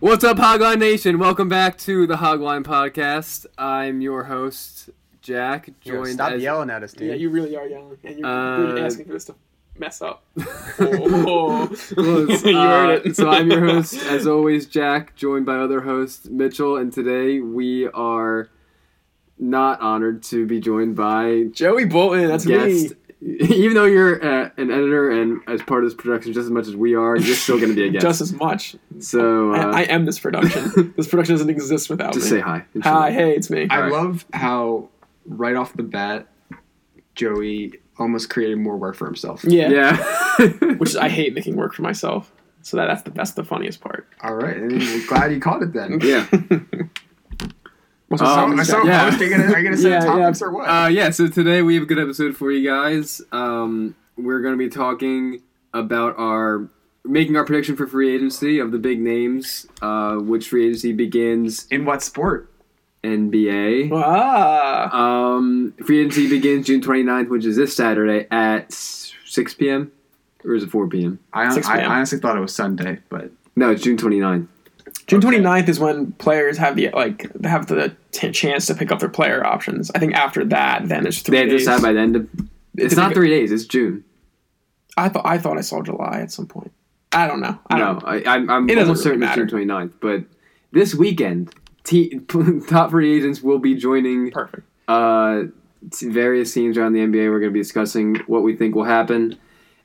What's up, Hogline Nation? Welcome back to the Hogline Podcast. I'm your host, Jack. Yo, stop as- yelling at us, dude. Yeah, you really are yelling, and you're, Uh, you're asking for this to mess up. Oh. Close. you heard Uh, it. so I'm your host, as always, Jack, joined by other host Mitchell, and today we are not honored to be joined by Joey Bolton. That's guest. me. Even though you're uh, an editor and as part of this production just as much as we are, you're still going to be a guest. Just as much. so uh, I, I am this production. this production doesn't exist without just me. say hi. Hi, hey, it's me. All I right. love how right off the bat, Joey almost created more work for himself. yeah. Yeah. Which is, I hate making work for myself. So that, that's the that's the funniest part. All right, and we're glad you caught it then. yeah. What's Um, the So, song? so yeah. Oh, I was thinking, are you gonna say Yeah, yeah. topics or what? Uh, yeah, so today we have a good episode for you guys. Um, we're going to be talking about our making our prediction for free agency of the big names, uh, which free agency begins In what sport? NBA. Ah, Um, free agency begins June 29th, which is this Saturday at 6 p.m. or is it 4 p.m.? I, hon- 6 I p.m.. honestly thought it was Sunday, but No, it's June 29th. June 29th is when players have the like they have the t- chance to pick up their player options. I think after that, then it's three They have to days. decide by the end of. It's not three days. It's June. I thought I thought I saw July at some point. I don't know. I don't No, I, I'm, I'm It doesn't almost certain really it's June 29th. But this weekend, t- top free agents will be joining Perfect. uh, t- various teams around the NBA. We're going to be discussing what we think will happen,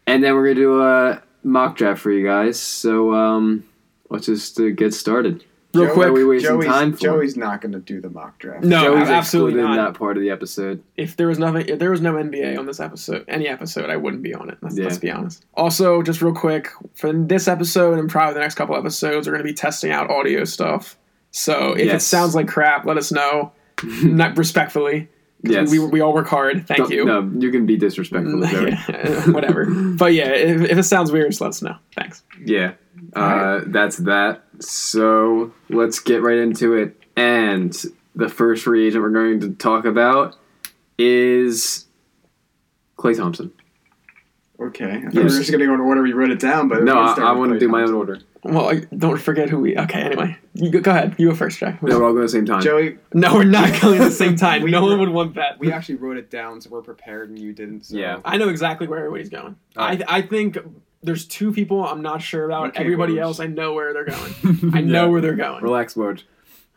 and then we're going to do a mock draft for you guys. So um, let's just uh, get started. Real Joey- quick, What are we wasting Joey's, time for? Joey's not gonna do the mock draft. No, Joey's absolutely excluded in not. that part of the episode. If there was nothing, if there was no NBA on this episode, any episode, I wouldn't be on it. Let's, let's Yeah. be honest. Also, just real quick, for this episode and probably the next couple episodes, we're going to be testing out audio stuff. So if Yes. it sounds like crap, let us know. Not respectfully. 'cause Yes. We, we all work hard. Thank Don't- you. No, you can be disrespectful, Joey. Yeah. Yeah, Whatever. But yeah, if, if it sounds weird, just let us know. Thanks. Uh, That's that. So let's get right into it. And the first free agent we're going to talk about is Clay Thompson. Okay, I thought we Yes. were just gonna go in order you wrote it down, but No, I, I want to do my own order. Well, I, don't forget who we. Okay, anyway, you go, go ahead. You go first, Jack. No, we're all going at the same time. Joey, No, we're not going at the same time. We no one were- would want that. we actually wrote it down, so we're prepared, and you didn't. So. Yeah. I know exactly where everybody's going. Alright. I I think there's two people I'm not sure about. Okay, Everybody well, else, I know where they're going. I know Yeah. where they're going. Relax, Woj.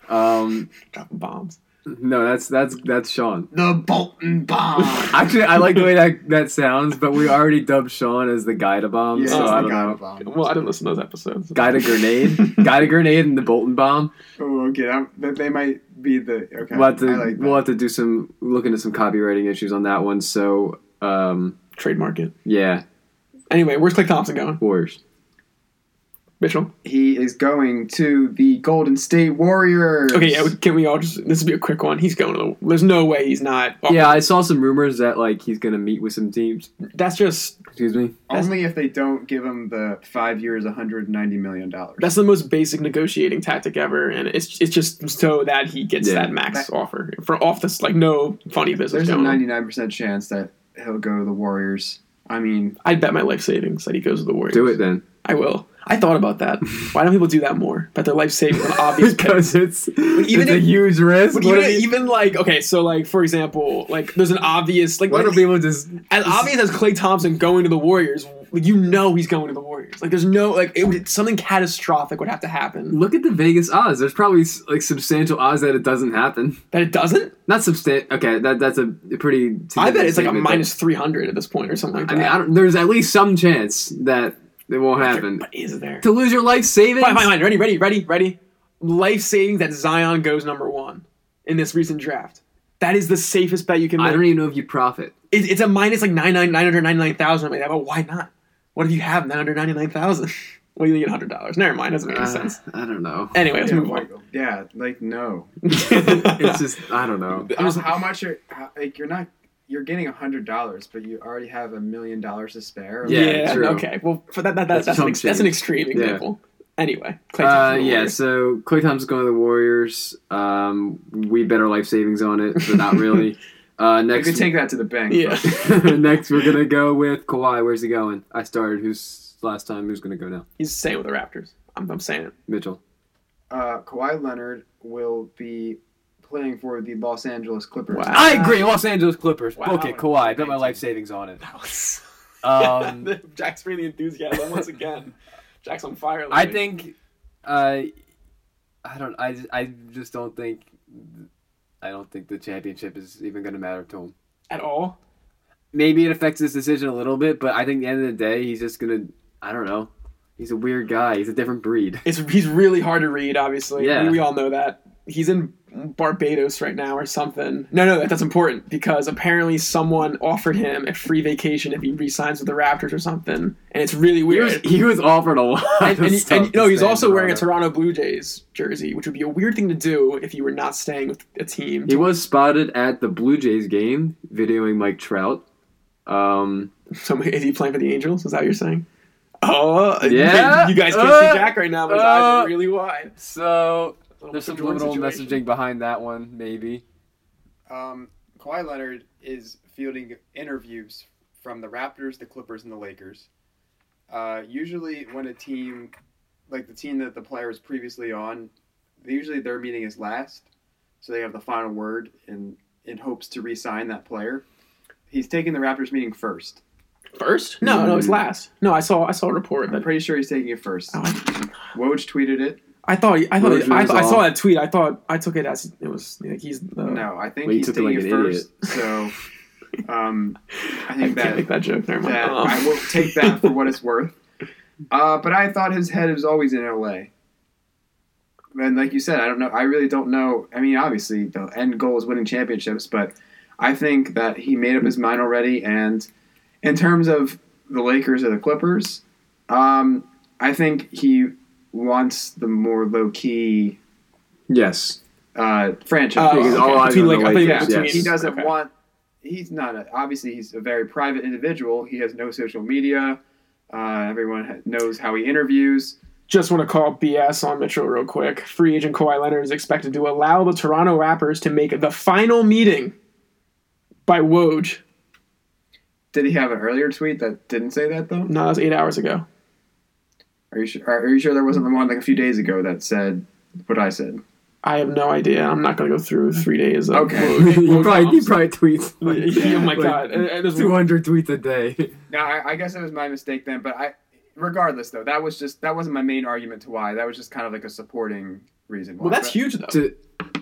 Um, Dropping bombs. no, that's that's that's Sean. The Bolton bomb. Actually, I like the way that that sounds, but we already dubbed Sean as the guy to bomb. Yeah, so it's Oh, I the don't guy know. bomb. Well, I didn't listen to those episodes. Guy to grenade, guy to grenade, and the Bolton bomb. Oh, okay. I'm, they- they might be the okay. We'll have to I like that. we'll have to do some look into some copywriting issues on that one. So um, Trademark it. yeah, Anyway, where's Clay Thompson going? Warriors. Mitchell. he is going to the Golden State Warriors. Okay, yeah. Can we all just? This will be a quick one. He's going to the. There's no way he's not. oh, Yeah, I saw some rumors that like he's gonna meet with some teams. That's just. Excuse me. only if they don't give him the five years, 190 million dollars. That's the most basic negotiating tactic ever, and it's it's just so that he gets Yeah. that max That- offer for off this like no funny business. There's a going on. 99 percent chance that he'll go to the Warriors. I mean, I'd bet my life savings that he goes to the Warriors. Do it then, I will. I thought about that. Why don't people do that more? But their life savings an obvious pick. because it's it's a if- huge risk. But What even, if he- even like okay, so like for example, like there's an obvious like Why like, don't people just as obvious as Clay Thompson going to the Warriors, like, you know he's going to the Warriors. Like there's no like it would, something catastrophic would have to happen look at the Vegas odds? There's probably like substantial odds that it doesn't happen. that it doesn't. Not substan. Okay, that that's a pretty. I bet it's like a statement, but- minus three hundred at this point or something like I that. mean, I don't, there's at least some chance that it won't happen. But is there? To lose your life savings. Fine, fine, fine. Ready, ready, ready, ready. Life savings that Zion goes number one in this recent draft. That is the safest bet you can make. I don't even know if you profit. It, it's a minus like nine nine nine hundred ninety nine thousand. I'm like, but why not? What if you have nine hundred ninety nine thousand? Well, you get hundred dollars. Never mind, doesn't make any Uh, sense. I don't know. Anyway, let's yeah, move like, yeah, like no. on. It's just I don't know. How, how much are how, like you're not you're getting hundred dollars, but you already have a million dollars to spare. Yeah, yeah, true. okay. Well, for that, that, that That's that's, an, chump ex- that's an change. extreme Yeah. example. Anyway, Clay Uh, Thompson, the yeah, Warriors. so Clay Thompson's going to the Warriors. Um, we bet our life savings on it, but not really. Uh, you next, could take that to the bank. Yeah. next we're gonna go with Kawhi. Where's he going? I started. Who's last time? Who's gonna go now? he's staying with the Raptors. I'm, I'm saying it. Mitchell. uh, Kawhi Leonard will be playing for the Los Angeles Clippers. Wow. I agree. Los Angeles Clippers. Wow. Book it, Kawhi. I bet my life savings on it. That was. Um, Jack's really enthusiasm once again. Jack's on fire. I lately. think, uh, I don't. I, I just don't think. I don't think the championship is even going to matter to him. at all. Maybe it affects his decision a little bit, but I think at the end of the day, he's just going to. I don't know. He's a weird guy. He's a different breed. It's he's really hard to read. Obviously, Yeah. we, we all know that. He's in Barbados right now or something. No, no, that, that's important because apparently someone offered him a free vacation if he resigns with the Raptors or something, and it's really He weird. was, he was offered a lot. and, of and, he- stuff and- to no, he's stay in also wearing a Toronto. Toronto Blue Jays jersey, which would be a weird thing to do if you were not staying with a team. He was spotted at the Blue Jays game videoing Mike Trout. Um, So is he playing for the Angels? Is that what you're saying? Oh, Yeah. You guys can't Uh, see Jack right now, but his eyes uh, are really wide. so Little there's some Jordan little situation. messaging behind that one, maybe. Um, Kawhi Leonard is fielding interviews from the Raptors, the Clippers, and the Lakers. Uh, usually, when a team, like the team that the player is previously on, usually their meeting is last, so they have the final word in in hopes to re-sign that player. He's taking the Raptors meeting first. First? No, no, it's Mm. last. No, I saw I saw a report I'm that. pretty sure he's taking it first. Oh, I- Woj tweeted it. I thought I thought Rozier I, was thought, I saw off. that tweet. I thought I took it as it was like he's the. No, I Uh, think Well, he he's took it taking like it an first. So, um, I I think can't that make that joke. Never mind. that Oh. Um, I will take that for what it's worth. Uh, but I thought his head was always in LA. And like you said, I don't know. I really don't know. I mean, obviously, the end goal is winning championships, but I think that he made up his mind already. And in terms of the Lakers or the Clippers, um, I think he wants the more low key Yes. uh, franchise. Oh, Because all okay. eyes Between on the like- I thought you Lakers, meant between- yes. he doesn't Okay. want. He's not a, obviously he's a very private individual. He has no social media. Uh, everyone ha- knows how he interviews. Just want to call BS on Mitchell real quick. Free agent Kawhi Leonard is expected to allow the Toronto Raptors to make the final meeting by Woj. Did he have an earlier tweet that didn't say that though? No, that was eight hours ago. Are you sure? Are, are you sure there wasn't the one like a few days ago that said what I said? I have no idea. I'm not going to go through three days. Of Okay. Woj. he, Woj probably, he comps. probably tweets. like- Yeah, oh my like god! And- and there's- 200 tweets a day. No, I, I guess it was my mistake then. But I, regardless though, that was just that wasn't my main argument to why. That was just kind of like a supporting reason. Why. well, that's But- huge though, To,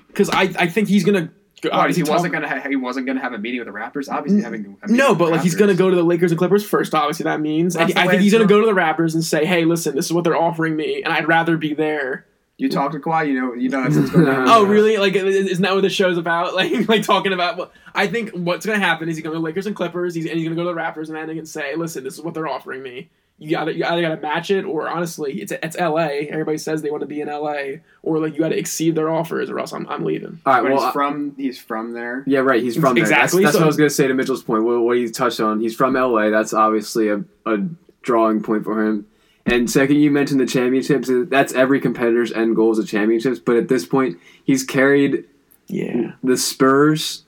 because I, I think he's gonna. Why, he obviously talk- wasn't gonna ha- he wasn't gonna have a meeting with the Raptors. Obviously, having a meeting No, with but the like he's Raptors. gonna go to the Lakers and Clippers first. Obviously, that means That's I, the I way think he's it's gonna go going. to the Raptors and say, "Hey, listen, this is what they're offering me, and I'd rather be there." You talk to Kawhi. You know. You know. That's what's going on. Oh, really? Like, i- isn't that what the show's about? Like, like talking about. Well, I think what's gonna happen is he's gonna go to Lakers and Clippers, he's, and he's gonna go to the Raptors, and then he can say, "Listen, this is what they're offering me. You gotta, you either gotta match it, or honestly, it's it's L.A. Everybody says they want to be in L.A. Or like you gotta exceed their offers, or else I'm I'm leaving." all right, But well, he's I- from he's from there. yeah, right. He's from there. Exactly, That's, that's so- what I was going to say to Mitchell's point. What, what he touched on. He's from LA. That's obviously a, a drawing point for him. And second, you mentioned the championships. That's every competitor's end goal is the championships. But at this point, he's carried Yeah. the Spurs.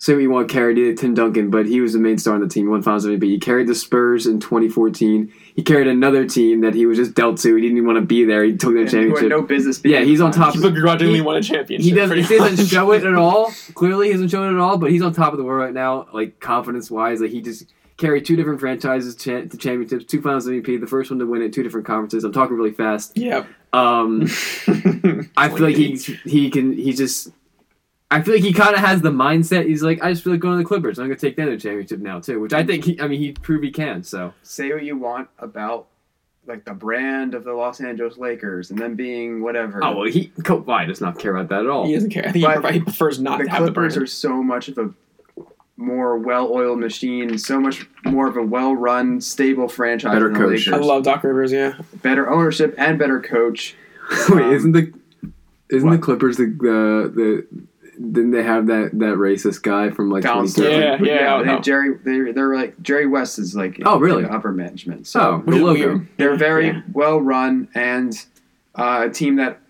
Say what you want, carried it, Tim Duncan, but he was the main star on the team. He won Finals MVP. He carried the Spurs in 2014. He carried another team that he was just dealt to. He didn't even want to be there. He took their And who championship. had no business. Yeah, he's on top He of begrudgingly He- won a championship. he doesn't, pretty he doesn't much. show it at all. Clearly, he doesn't show it at all. But he's on top of the world right now, like confidence wise. Like he just carried two different franchises cha- to championships, two Finals MVP, the first one to win it, two different conferences. I'm talking really fast. Yeah. Um, I feel like he he can he just. I feel like he kind of has the mindset. He's like, I just feel like going to the Clippers. I'm going to take that other championship now too, which I think he. I mean, he proved he can. So Say what you want about like the brand of the Los Angeles Lakers and them being whatever. oh well, he Kawhi does not care about that at all. He doesn't care. I think he, But prefer- he prefers not the to have the Clippers burden. are so much of a more well-oiled machine, so much more of a well-run, stable franchise. Better than the coach. Lakers. I love Doc Rivers. Yeah, better ownership and better coach. Wait, Um, isn't the isn't the what? Clippers the the, the didn't they have that, that racist guy from like Donald 2013? Yeah, Sterling. yeah, I don't they- know. Jerry, they're, they're like Jerry West is like Oh, really? Oh. in upper management. So So Which the is logo. weird. They're very Yeah. well run and uh, a team that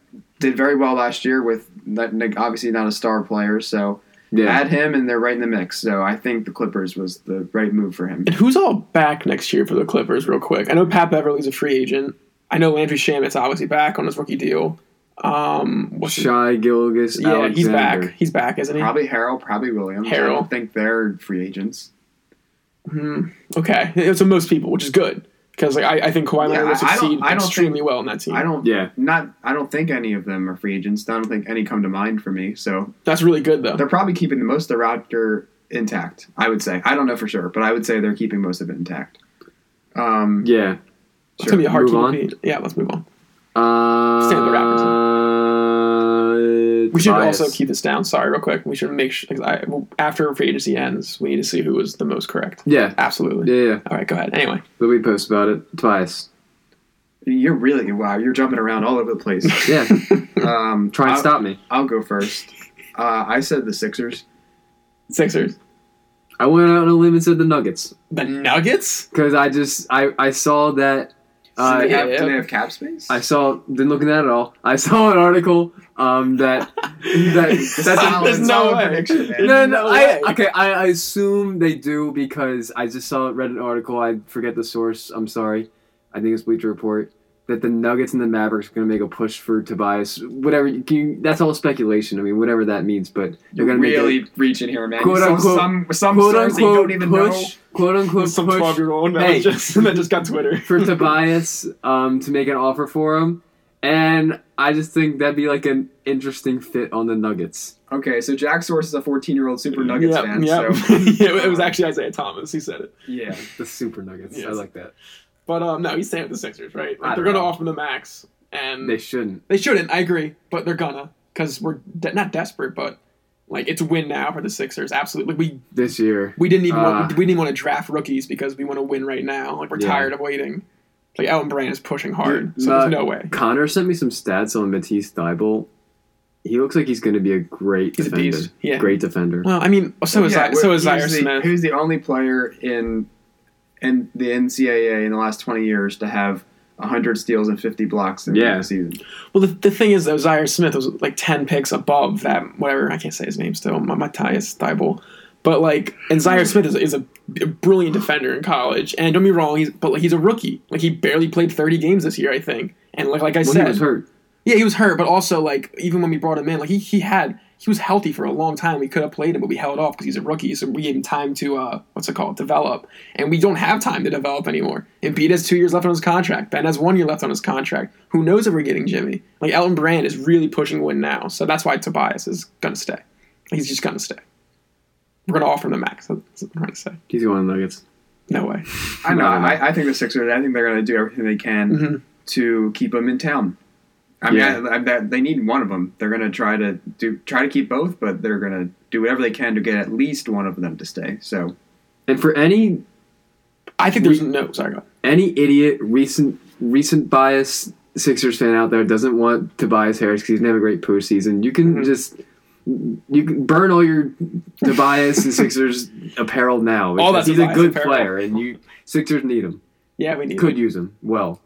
did very well last year with that, like, obviously not a star player. So Yeah, add him and they're right in the mix. So I think the Clippers was the right move for him. And who's all back next year for the Clippers? Real quick, I know Pat Beverly's a free agent. I know Landry Shamit's obviously back on his rookie deal. Um, what's his- Shy Gilgis. yeah, he's Alexander. back. He's back, isn't he? Probably Harold, probably Williams. I Harrell. don't think they're free agents. Hmm. Okay, so most people, which is good because like I, I think Kawhi Leonard Yeah, will I- I don't- succeed I don't extremely well in that team. I don't. Yeah. Not. I don't think any of them are free agents. I don't think any come to mind for me. So That's really good though. they're probably keeping the most of the roster intact. I would say. I don't know for sure, but I would say they're keeping most of it intact. Um, Yeah. It's gonna be a hard Move team on. to beat. Yeah, let's move on. Uh, Stay with the Raptors. Raptors. We should also keep this down. Sorry, real quick. We should make sure 'cause I, after free agency ends, we need to see who was the most correct. Yeah. Absolutely. Yeah, yeah. All right, go ahead. Anyway, There'll be posts about it. Tobias. You're really wow. You're jumping around all over the place. Yeah. Um, Try and I'll- stop me. I'll go first. Uh, I said the Sixers. Sixers, I went out on a limb and said the Nuggets. the Nuggets. Because I just, I, I saw that. Do Uh, they, have, yeah. do they have cap space? I saw, didn't look at that at all. I saw an article um, that, that that's a solid, There's no solid way. prediction, No, man. No no, way. I, okay, I, I assume they do because I just saw read an article. I forget the source. I'm sorry. I think it's Bleacher Report that the Nuggets and the Mavericks are going to make a push for Tobias. Whatever. you Can, that's all speculation. I mean, whatever that means, but they're You're going to really reaching here, man. You Quote, saw unquote- some some make a, quote source that you unquote don't even push. Quote unquote Some push twelve-year-old that Hey. just that just got Twitter. for Tobias um, to make an offer for him, and I just think that'd be like an interesting fit on the Nuggets. know. Okay, so Jack Source is a 14 year old Super Nuggets Yep, fan. yep. So Yeah, it was actually Isaiah Thomas. He said it. yeah, The Super Nuggets. I Yes. like that. But um, no, he's staying with the Sixers, right? Like, I they're don't going to know. offer him the max, and They shouldn't. They shouldn't. I agree, but they're gonna because we're de- not desperate, but like it's a win now for the Sixers. Absolutely, like, we This year, we didn't even Ah. want, we didn't want to draft rookies because we want to win right now. Like we're Yeah. tired of waiting. Like Ellen Brand is pushing hard, so Not- there's no way. Connor sent me some stats on Matisse Thybul. He looks like he's going to be a great He's a defender. beast, yeah. Great defender. Well, I mean, so is yeah, I, so wh- is who's Zaire the- Smith. who's the only player in in the NCAA in the last 20 years to have 100 steals and 50 blocks in Yeah. the season? Well, the, the thing is though, Zaire Smith was like ten picks above that. Whatever, I can't say his name still. Ma- Matthias Thibault. But like, and Zaire Smith is, is a, b- brilliant defender in college. And don't be wrong, he's but like, he's a rookie. Like he barely played thirty games this year, I think. And like, like I Well, said, he was hurt. Yeah, he was hurt, but also like even when we brought him in, like he, he had he was healthy for a long time. We could have played him, but we held off because he's a rookie, so we gave him time to uh what's it called develop. And we don't have time to develop anymore. Embiid has two years left on his contract. Ben has one year left on his contract. Who knows if we're getting Jimmy? Like Elton Brand is really pushing win now, so that's why Tobias is gonna stay. He's just gonna stay. We're gonna offer him the max. That's what I'm trying to say. He's going to Nuggets. No way. I know. No, no, no. I, I think the Sixers. I think they're going to do everything they can Mhm. to keep them in town. I mean, Yeah. I, I, that, they need one of them. They're going to try to do try to keep both, but they're going to do whatever they can to get at least one of them to stay. So And for any I think there's no. Sorry, go ahead. any idiot recent recent bias Sixers fan out there doesn't want Tobias Harris because he's never a great postseason. You can Mhm. just you can burn all your Tobias and Sixers apparel now. All because that he's Tobias a good apparel. player, and you Sixers need him. Yeah, we need. Could use him well.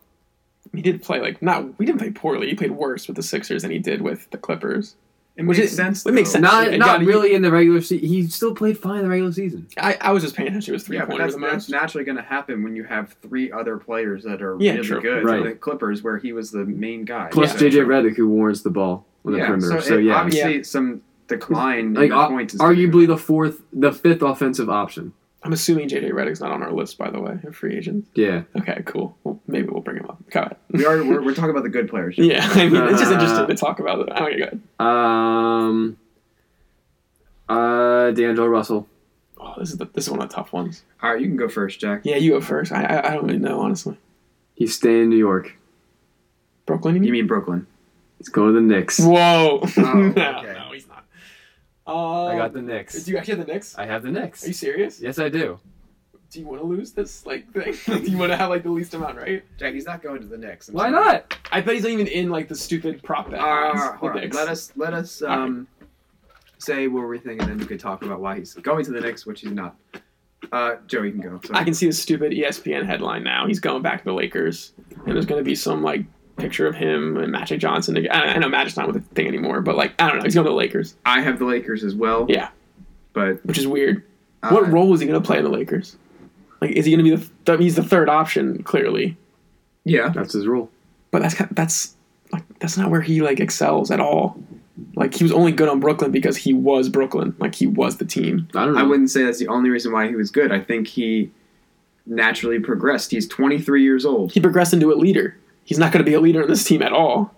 He did play like not. We didn't play poorly. He played worse with the Sixers than he did with the Clippers. it Which makes is- sense. it makes though. sense. Not Yeah, not gotta- really in the regular season. He still played fine in the regular season. I, I was just paying attention to his three Yeah, but pointers that's, the that's most. naturally going to happen when you have three other players that are Yeah, really true. good. Right. Like the Clippers, where he was the main guy. Plus So- JJ Redick, who warrants the ball on the yeah, perimeter. So, So, it- yeah, obviously some decline like in ar- points. Is arguably the fourth, the fifth offensive option. I'm assuming JJ Redick's not on our list, by the way, of free agents. Yeah, Okay, cool. Well, maybe we'll bring him up. Go ahead. we are we're, we're talking about the good players. yeah, I mean, it's just Uh, interesting to talk about it. Okay, go ahead. um, uh, D'Angelo Russell. Oh, this is the, this is one of the tough ones. All right, you can go first, Jack. Yeah, you go first. I I, I don't really know, honestly. He's staying in New York. Brooklyn, you You mean? mean Brooklyn? He's going to the Knicks. Whoa. no, okay. no, he's not. Uh, I got the Knicks. Do you actually have the Knicks? I have the Are you Knicks. serious? Yes, I do. Do you want to lose this like thing? do you want to have like the least amount, right? Jack, he's not going to the Knicks. I'm Why sorry. not? I bet he's not even in like the stupid prop bet. All lines, right, the all right. Knicks. Ah, Let us let us um, say what we think, and then we could talk about why he's going to the Knicks, which he's not. Uh, Joe, you can go. Sorry. I can see the stupid E ESPN headline now. He's going back to the Lakers, and there's going to be some like picture of him and Magic Johnson. I, I know Magic's not with the thing anymore, but like I don't know, he's going to the Lakers, I have the Lakers as well. Yeah. but which is weird. uh, what role is he going to play in the Lakers? Like, is he going to be the? Th- he's the third option clearly, Yeah, That's his rule. but that's kind that's like that's not where he like excels at all. Like he was only good on Brooklyn because he was Brooklyn. Like he was the team. I don't know. I wouldn't say that's the only reason why he was good. I think he naturally progressed. He's 23 years old. He progressed into a leader. He's not going to be a leader in this team at all.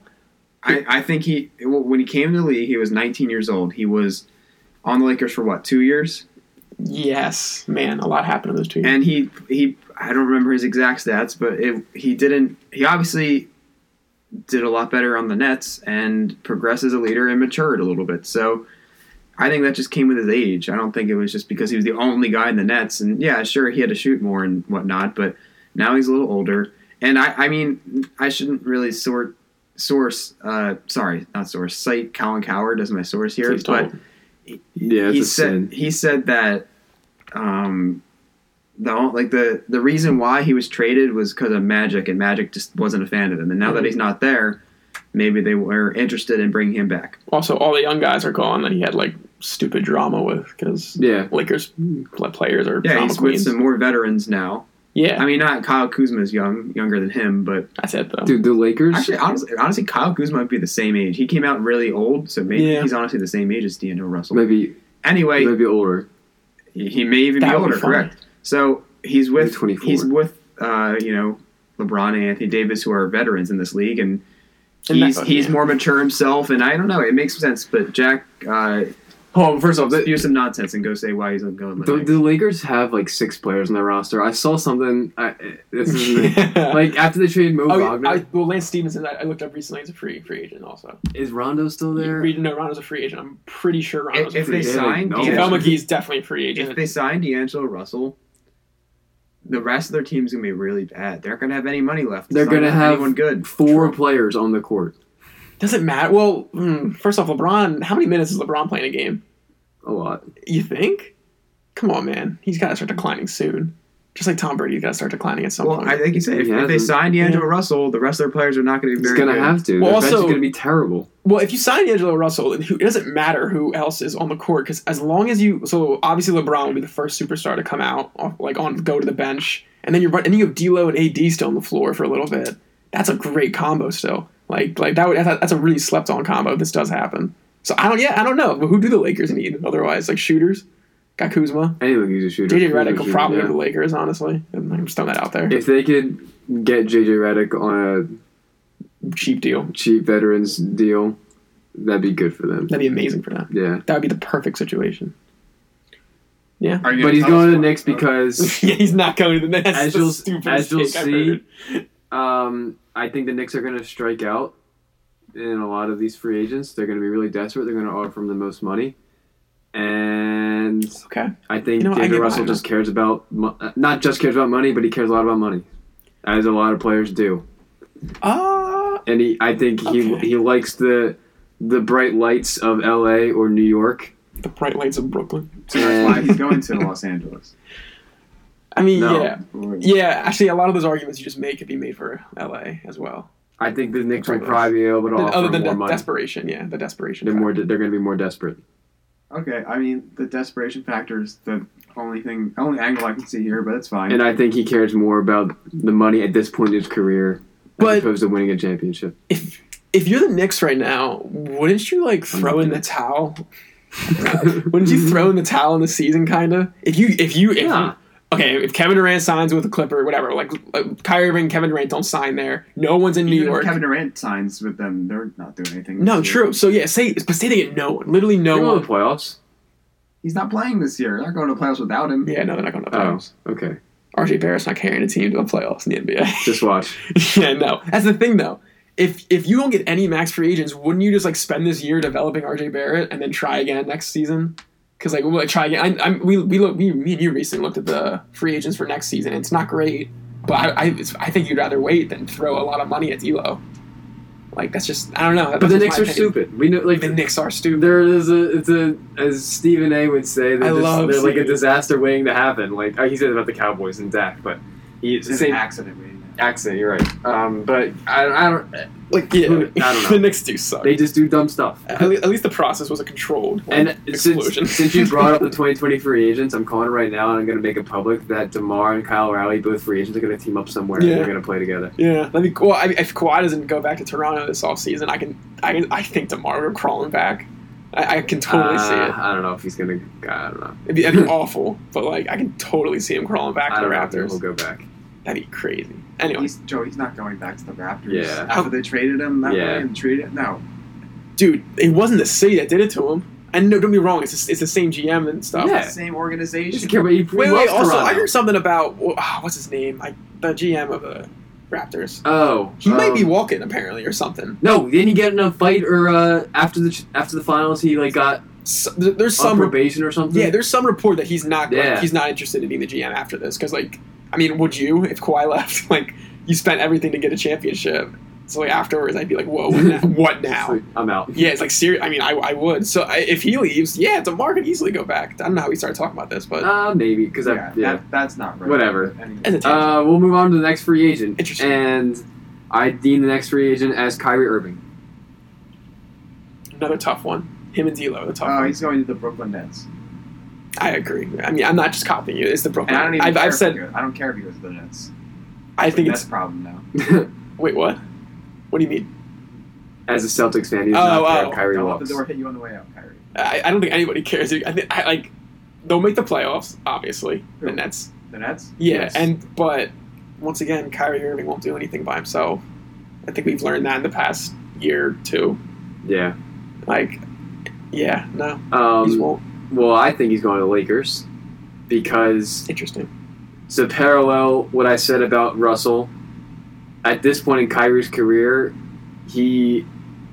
I, I think he when he came to the league, he was 19 years old. He was on the Lakers for what two years, Yes, man, a lot happened in those two years. and he he I don't remember his exact stats, but it, he didn't. He obviously did a lot better on the Nets and progressed as a leader and matured a little bit. So I think that just came with his age. I don't think it was just because he was the only guy in the Nets. And yeah, sure, he had to shoot more and whatnot, but now he's a little older. And I, I mean, I shouldn't really sort source. Uh, sorry, not source. Cite Colin Coward as my source here, Please but don't. yeah, it's he a said sin. he said that um the on- like the the reason why he was traded was because of Magic and Magic just wasn't a fan of him and now that he's not there maybe they were interested in bringing him back also, all the young guys are gone that he had like stupid drama with because Yeah, Lakers pl- players are yeah drama he's with queens. some more veterans now yeah, I mean not Kyle Kuzma's young younger than him but that's it though. dude, the Lakers. actually honestly, honestly Kyle Kuzma might be the same age he came out really old so maybe Yeah. he's honestly the same age as D'Angelo Russell maybe anyway maybe older. He he may even That be would be older, funny. correct? So he's with He's 24. he's with uh, you know LeBron and Anthony Davis, who are veterans in this league, and And he's that- he's yeah. more mature himself. And I don't know, it makes sense. But Jack, uh, Oh, first off, the, do some nonsense and go say why he's not going. the, Like, the Lakers have like six players in their roster. I saw something. I, eh, this is like, like after they traded Mo oh, yeah, Wagner. I, well, Lance Stevenson, I, I looked up recently. He's a free free agent. Also, is Rondo still there? Reed, no, Rondo's a free agent. I'm pretty sure if, Rondo's a if free they agent. Yeah, sign no. JaVale D'Angelo, McGee's definitely a free agent. if they sign D'Angelo Russell, the rest of their team's gonna be really bad. They're not gonna have any money left. to They're sign gonna have anyone good. Four players on the court. Doesn't matter. Well, hmm, first off, LeBron. How many minutes is LeBron playing a game? A lot. You think? Come on, man. He's got to start declining soon. Just like Tom Brady, he's got to start declining at some Well, point. I think you said if, He if they hasn't. sign D'Angelo Russell, the rest of their players are not gonna be He's very gonna good. have to. Well, Well, also- also, gonna be terrible. well, if you sign Angelo Russell, then who, it doesn't matter who else is on the court because as long as you, so obviously LeBron will be the first superstar to come out, off- like on go to the bench, and then you're and then you have D'Lo and AD still on the floor for a little bit. That's a great combo still. Like like that would that's a really slept on combo. if This does happen. So I don't yeah I don't know. But who do the Lakers need otherwise? Like shooters, got Kuzma. Anyone who's a shooter. JJ He's a Redick will shooter, probably yeah. have the Lakers, honestly. I'm I'm just throwing that out there. If they could get JJ Redick on Cheap deal. a cheap veterans deal, that'd be good for them. That'd be amazing for them. Yeah. That would be the perfect situation. Are you gonna But he's tell going us to the why? Knicks because yeah, he's not going to the Nets. As That's the you'll- stupidest as you'll take I've see- heard. um, I think the Knicks are going to strike out in a lot of these free agents. They're going to be really desperate. They're going to offer them the most money. And Okay. I think You know, I D'Angelo get Russell behind just cares about, mo- uh, not just cares about money, but he cares a lot about money, as a lot of players do. Uh, and he I think he Okay. he likes the the bright lights of L.A. or New York. the bright lights of Brooklyn. So Mm. that's why he's going to Los Angeles. I mean, No. yeah. Yeah, actually, a lot of those arguments you just make could be made for LA as well. I think the Knicks would Bright probably be able to offer Other than more de- money. desperation, yeah, the desperation. They're factor. more de- they're going to be more desperate. Okay, I mean the desperation factor is the only thing, only angle I can see here, but it's fine. And I think he cares more about the money at this point in his career as But- opposed to winning a championship. if if you're the Knicks right now, wouldn't you like throw in the towel? wouldn't you throw in the towel in the season, kind of? If you if you if you- Yeah. okay, if Kevin Durant signs with the Clipper, whatever, like, like Kyrie Irving, Kevin Durant don't sign there. No one's in New Even if York. Kevin Durant signs with them, they're not doing anything. no, this year. true. So yeah, say but say they get no one, literally no They're going to one. the playoffs. He's not playing this year. They're not going to playoffs without him. Yeah, no, they're not going to the Oh, playoffs. okay. RJ Barrett's not carrying a team to the playoffs in the NBA. Just watch. yeah, no. That's the thing though. If if you don't get any max free agents, wouldn't you just like spend this year developing RJ Barrett and then try again next season? Because like we'll like, try again. I, I'm, we we look we me and you recently looked at the free agents for next season. and It's not great, but I I, it's, I think you'd rather wait than throw a lot of money at D'Lo. Like that's just I don't know. But the Knicks are stupid. We know like The Knicks are stupid. there is a it's a as Stephen A would say I they're, just, love they're like a Stephen A. uh, disaster waiting to happen. Like oh, he said about the Cowboys and Dak, but he It's an same accident. Right now. accident. You're right. Um, but I, I don't. Like yeah, Who- I don't know. the Knicks do suck. They just do dumb stuff. at, le- at least the process was a controlled like, And explosion. since, since you brought up the 2020 free agents, I'm calling it right now, and I'm going to make it public that Demar and Kyle Rowley, both free agents, are going to team up somewhere Yeah. and they're going to play together. yeah, that'd be cool. I mean, if Kawhi doesn't go back to Toronto this offseason, I can I can, I think tomorrow we're crawling back. I, I can totally Uh, see it. I don't know if he's going to. I don't know. It'd be, that'd be awful, but like I can totally see him crawling back I to the don't know if he'll Raptors. go back. That'd be crazy. Anyway, He's, Joe, he's not going back to the Raptors. Yeah. After they traded him that Yeah. way and treated him. No. dude, it wasn't the city that did it to him. And no, don't be wrong. It's the, it's the same GM and stuff. Yeah. Same He organization. doesn't care, but he, he Wait, wait. loves Also, Toronto. I heard something about ah, what's his name, like the GM of the Raptors. Oh, He might um, be walking apparently or something. No, didn't he get in a fight or uh, after the after the finals? He like got So, there- there's on some probation or something. yeah, there's some report that he's not like, Yeah. he's not interested in being the GM after this because like I mean, would you if Kawhi left? Like you spent everything to get a championship. So like afterwards, I'd be like, whoa, what now? what It's now? like, I'm out. Yeah, it's like serious. I mean, I, I would. So I, if he leaves, yeah, DeMar could easily go back. I don't know how we started talking about this, but Uh, maybe because Yeah, I yeah. That, that's not right. Whatever. Anyway. as a tangent. Uh, we'll move on to the next free agent. Interesting. And I deem the next free agent as Kyrie Irving. another tough one. Him and D'Lo, are the tough Oh, one. he's going to the Brooklyn Nets. I agree. I mean, I'm not just copying you. It's the Brooklyn. And I don't even have care I've if he said. goes- I don't care if he goes to the Nets. I think that's it's. a problem now. Wait, what? What do you mean? as a Celtics fan, he's Oh, not there. oh. Kyrie Don't let the walks. door hit you on the way out, Kyrie. I, I don't think anybody cares. I think I, like they'll make the playoffs, obviously. The Who? Nets. The Nets? Yeah, Yes. and but once again, Kyrie Irving won't do anything by himself. I think we've learned that in the past year or two. Yeah. Like, yeah, no, he Um, won't. well, I think he's going to the Lakers because Interesting. to parallel what I said about Russell, at this point in Kyrie's career, he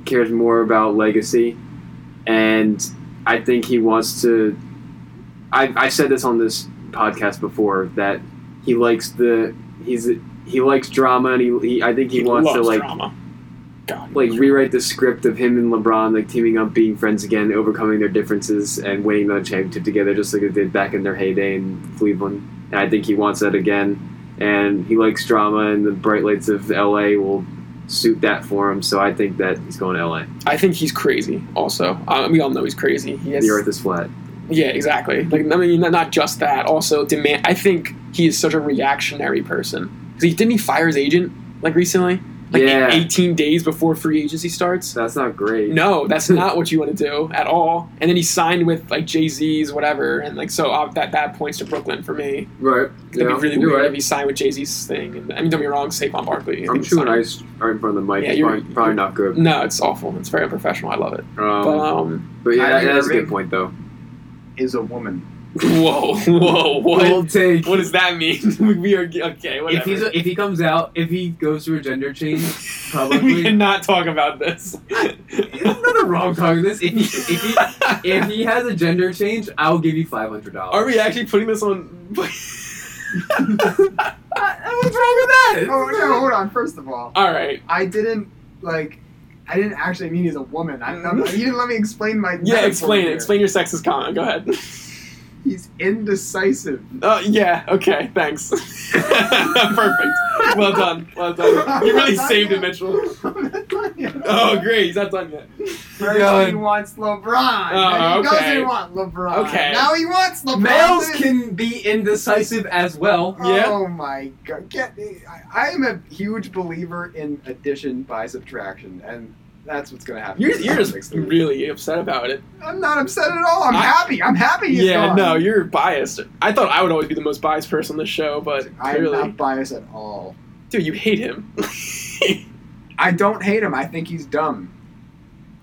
cares more about legacy, and I think he wants to. I I said this on this podcast before that he likes the he's he likes drama and he, he I think he, wants to loves like drama. God, like rewrite the script of him and LeBron like teaming up, being friends again, overcoming their differences, and winning another championship together, just like they did back in their heyday in Cleveland. And I think he wants that again. And he likes drama, and the bright lights of LA will suit that for him. So I think that he's going to LA. I think he's crazy. Also, uh, we all know he's crazy. He has The Earth is flat. Yeah, exactly. Like I mean, not- not just that. Also, demand. I think he is such a reactionary person. 'Cause he didn't he fire his agent like recently, like Yeah. eighteen days before free agency starts. So that's not great. No, that's not what you want to do at all. And then he signed with like Jay Z's whatever, and like so uh, that that points to Brooklyn for me. Right? It'd Yeah, be really you're weird right. if he signed with Jay Z's thing. And, I mean, don't be wrong, Saquon Barkley. I I'm think chewing signed- ice right in front of the mic. Yeah, It's you're- probably, probably not good. No, it's awful. It's very unprofessional. I love it. But Um, um, but yeah, that, Kyrie that's a Irving. good point though. Is a woman. whoa, whoa, what? Bold take. What does that mean? we are okay. Whatever. If he's if he comes out, if he goes through a gender change we publicly, cannot talk about this. there's nothing wrong talking this. If he, if he if he has a gender change, I'll give you five hundred dollars. Uh, Are we actually putting this on? What's wrong with that? Oh, no, hold on. First of all, All right. I didn't, like, I didn't actually mean he's a woman. I, I'm, you didn't let me explain my. Yeah, metaphor explain it. here. Explain your sexist comment. Go ahead. He's indecisive. Uh, yeah. Okay. Thanks. Perfect. Well done. Well done. You really saved it, Mitchell. Oh, great. He's not done yet. First Going. he wants LeBron. Oh, then he okay. doesn't want LeBron. Okay. Now he wants LeBron. Males can be indecisive as well. Yeah. Oh my god. Get, I, I am a huge believer in addition by subtraction, and that's what's going to happen. You're, you're Celtics. just really upset about it. I'm not upset at all. I'm I- happy. I'm happy he's yeah. gone. No, you're biased. I thought I would always be the most biased person on the show, but I am clearly, not biased at all. dude, you hate him. I don't hate him. I think he's dumb.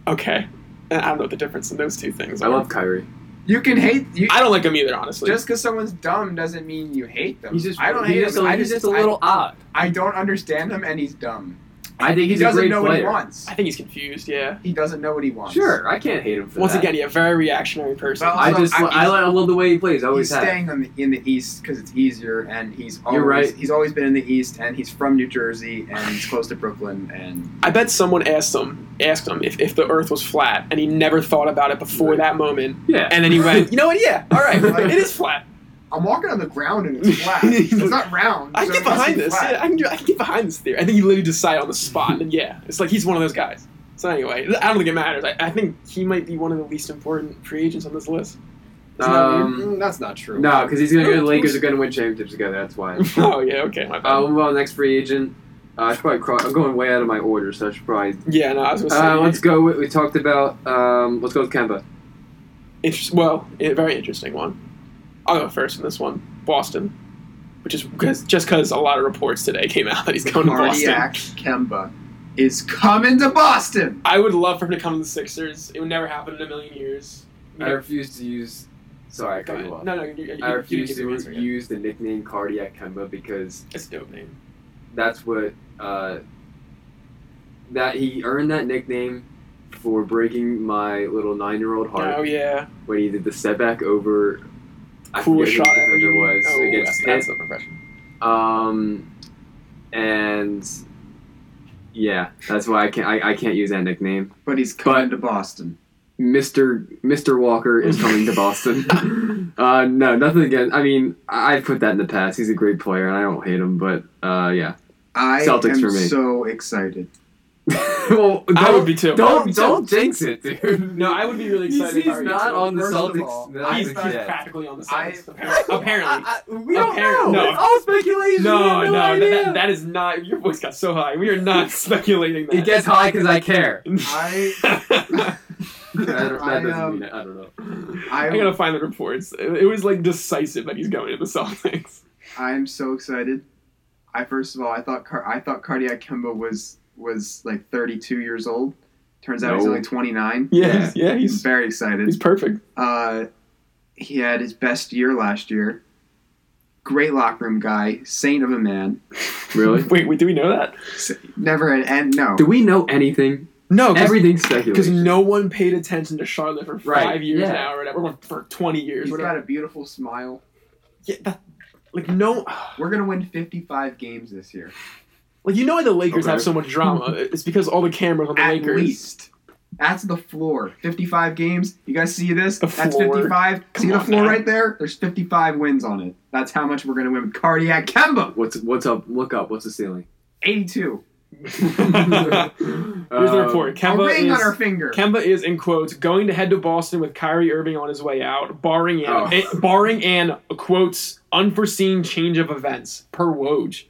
okay. I don't know what the difference in those two things. I are. love Kyrie. You can hate. You, I don't like him either, honestly. just because someone's dumb doesn't mean you hate them. He's just I don't he's hate just him. A, I he's just just a little odd. I, I don't understand him, and he's dumb. I think he's he a doesn't great know what he player. wants. I think he's confused. Yeah. He doesn't know what he wants. Sure, I can't hate him for Once that. again, yeah, very reactionary person. Well, I also, just I- I, I love the way he plays. I always He's have. staying in the, in the East because it's easier, and he's always You're right. he's always been in the East, and he's from New Jersey, and he's close to Brooklyn, and I bet someone asked him asked him if, if the Earth was flat, and he never thought about it before Right. that moment. Yeah, And then he went, you know what? Yeah, all right, it is flat. I'm walking on the ground and it's flat. it's not round. I so can get it must be behind this. flat. Yeah, I, can, I can get behind this theory. I think he literally decided on the spot. And yeah, it's like he's one of those guys. So anyway, I don't think it matters. I, I think he might be one of the least important free agents on this list. Isn't that weird? Um, Mm, that's not true. No, because he's going to go to the Who- Lakers. who's- are going to win championships together. That's why. oh yeah, okay, my bad. Uh, we'll move on. Next free agent. Uh, I should probably cross, I'm going way out of my order, so I should probably. yeah, no, I was gonna say. Uh, let's go. With, we talked about. Um, let's go with Kemba. Interest- well, a very interesting one. I'll go first in this one, Boston, which is cause, just because a lot of reports today came out that he's going to Boston. Cardiac Kemba is coming to Boston. I would love for him to come to the Sixers. It would never happen in a million years. I refuse to use. Sorry, I Go cut ahead. you off. No, no, you, you, I you refuse give your answer to again. use the nickname Cardiac Kemba because It's a dope name. that's what uh, that he earned that nickname for breaking my little nine-year-old heart Oh yeah, when he did the step back over. I coolest forget who shot the ever. defender you was mean? oh, against that's, that's Pitt. a profession. Um, and yeah, that's why I can't I, I can't use that nickname. But he's coming to Boston. Mister Mister Walker is coming to Boston. uh, no, nothing against. I mean, I- I've put that in the past. He's a great player, and I don't hate him. But uh, yeah, I Celtics am for me. so excited. well, I don't- would be too. I would Don't be too. don't jinx it, dude. No, I would be really He's, excited. he's if I were you not too. on the First of Celtics. all, not He's, he's yet. practically on the Celtics. I- apparently. I- I- we don't Apparently. know. No. It's all speculation. We No, have no, that- idea. that, that is not. Your voice got so high. We are not speculating that. it gets high because I care. I That, that I, doesn't um, mean it. I don't know. I I gotta find the reports. It, it was like decisive that he's going to the Celtics. I'm so excited. I first of all I thought Car- I thought Cardiac Kemba was was like 32 years old. Turns out he's No. only 29. Yeah, he's- yeah, he's very excited. he's perfect. Uh, he had his best year last year. Great locker room guy, saint of a man. Really? Wait, wait, do we know that? Never an end. No, Do we know anything? No, Everything's because speculation. no one paid attention to Charlotte for five Right, years yeah. now or whatever, or for twenty years. he's whatever. got a beautiful smile. Yeah, that, like no, We're gonna win 55 games this year, like you know why the Lakers Okay. have so much drama? It's because all the cameras on the at Lakers. least. That's the floor. 55 games. You guys see this? The That's floor. 55. Come see the on floor now. right there? There's 55 wins on it. That's how much we're gonna win with Cardiac Kemba. What's what's up? Look up. What's the ceiling? 82. Here's the Um, report. a Kemba ring is on our finger. Kemba is in quotes going to head to Boston with Kyrie Irving on his way out, barring an, Oh. eh, barring an quotes unforeseen change of events per Woj.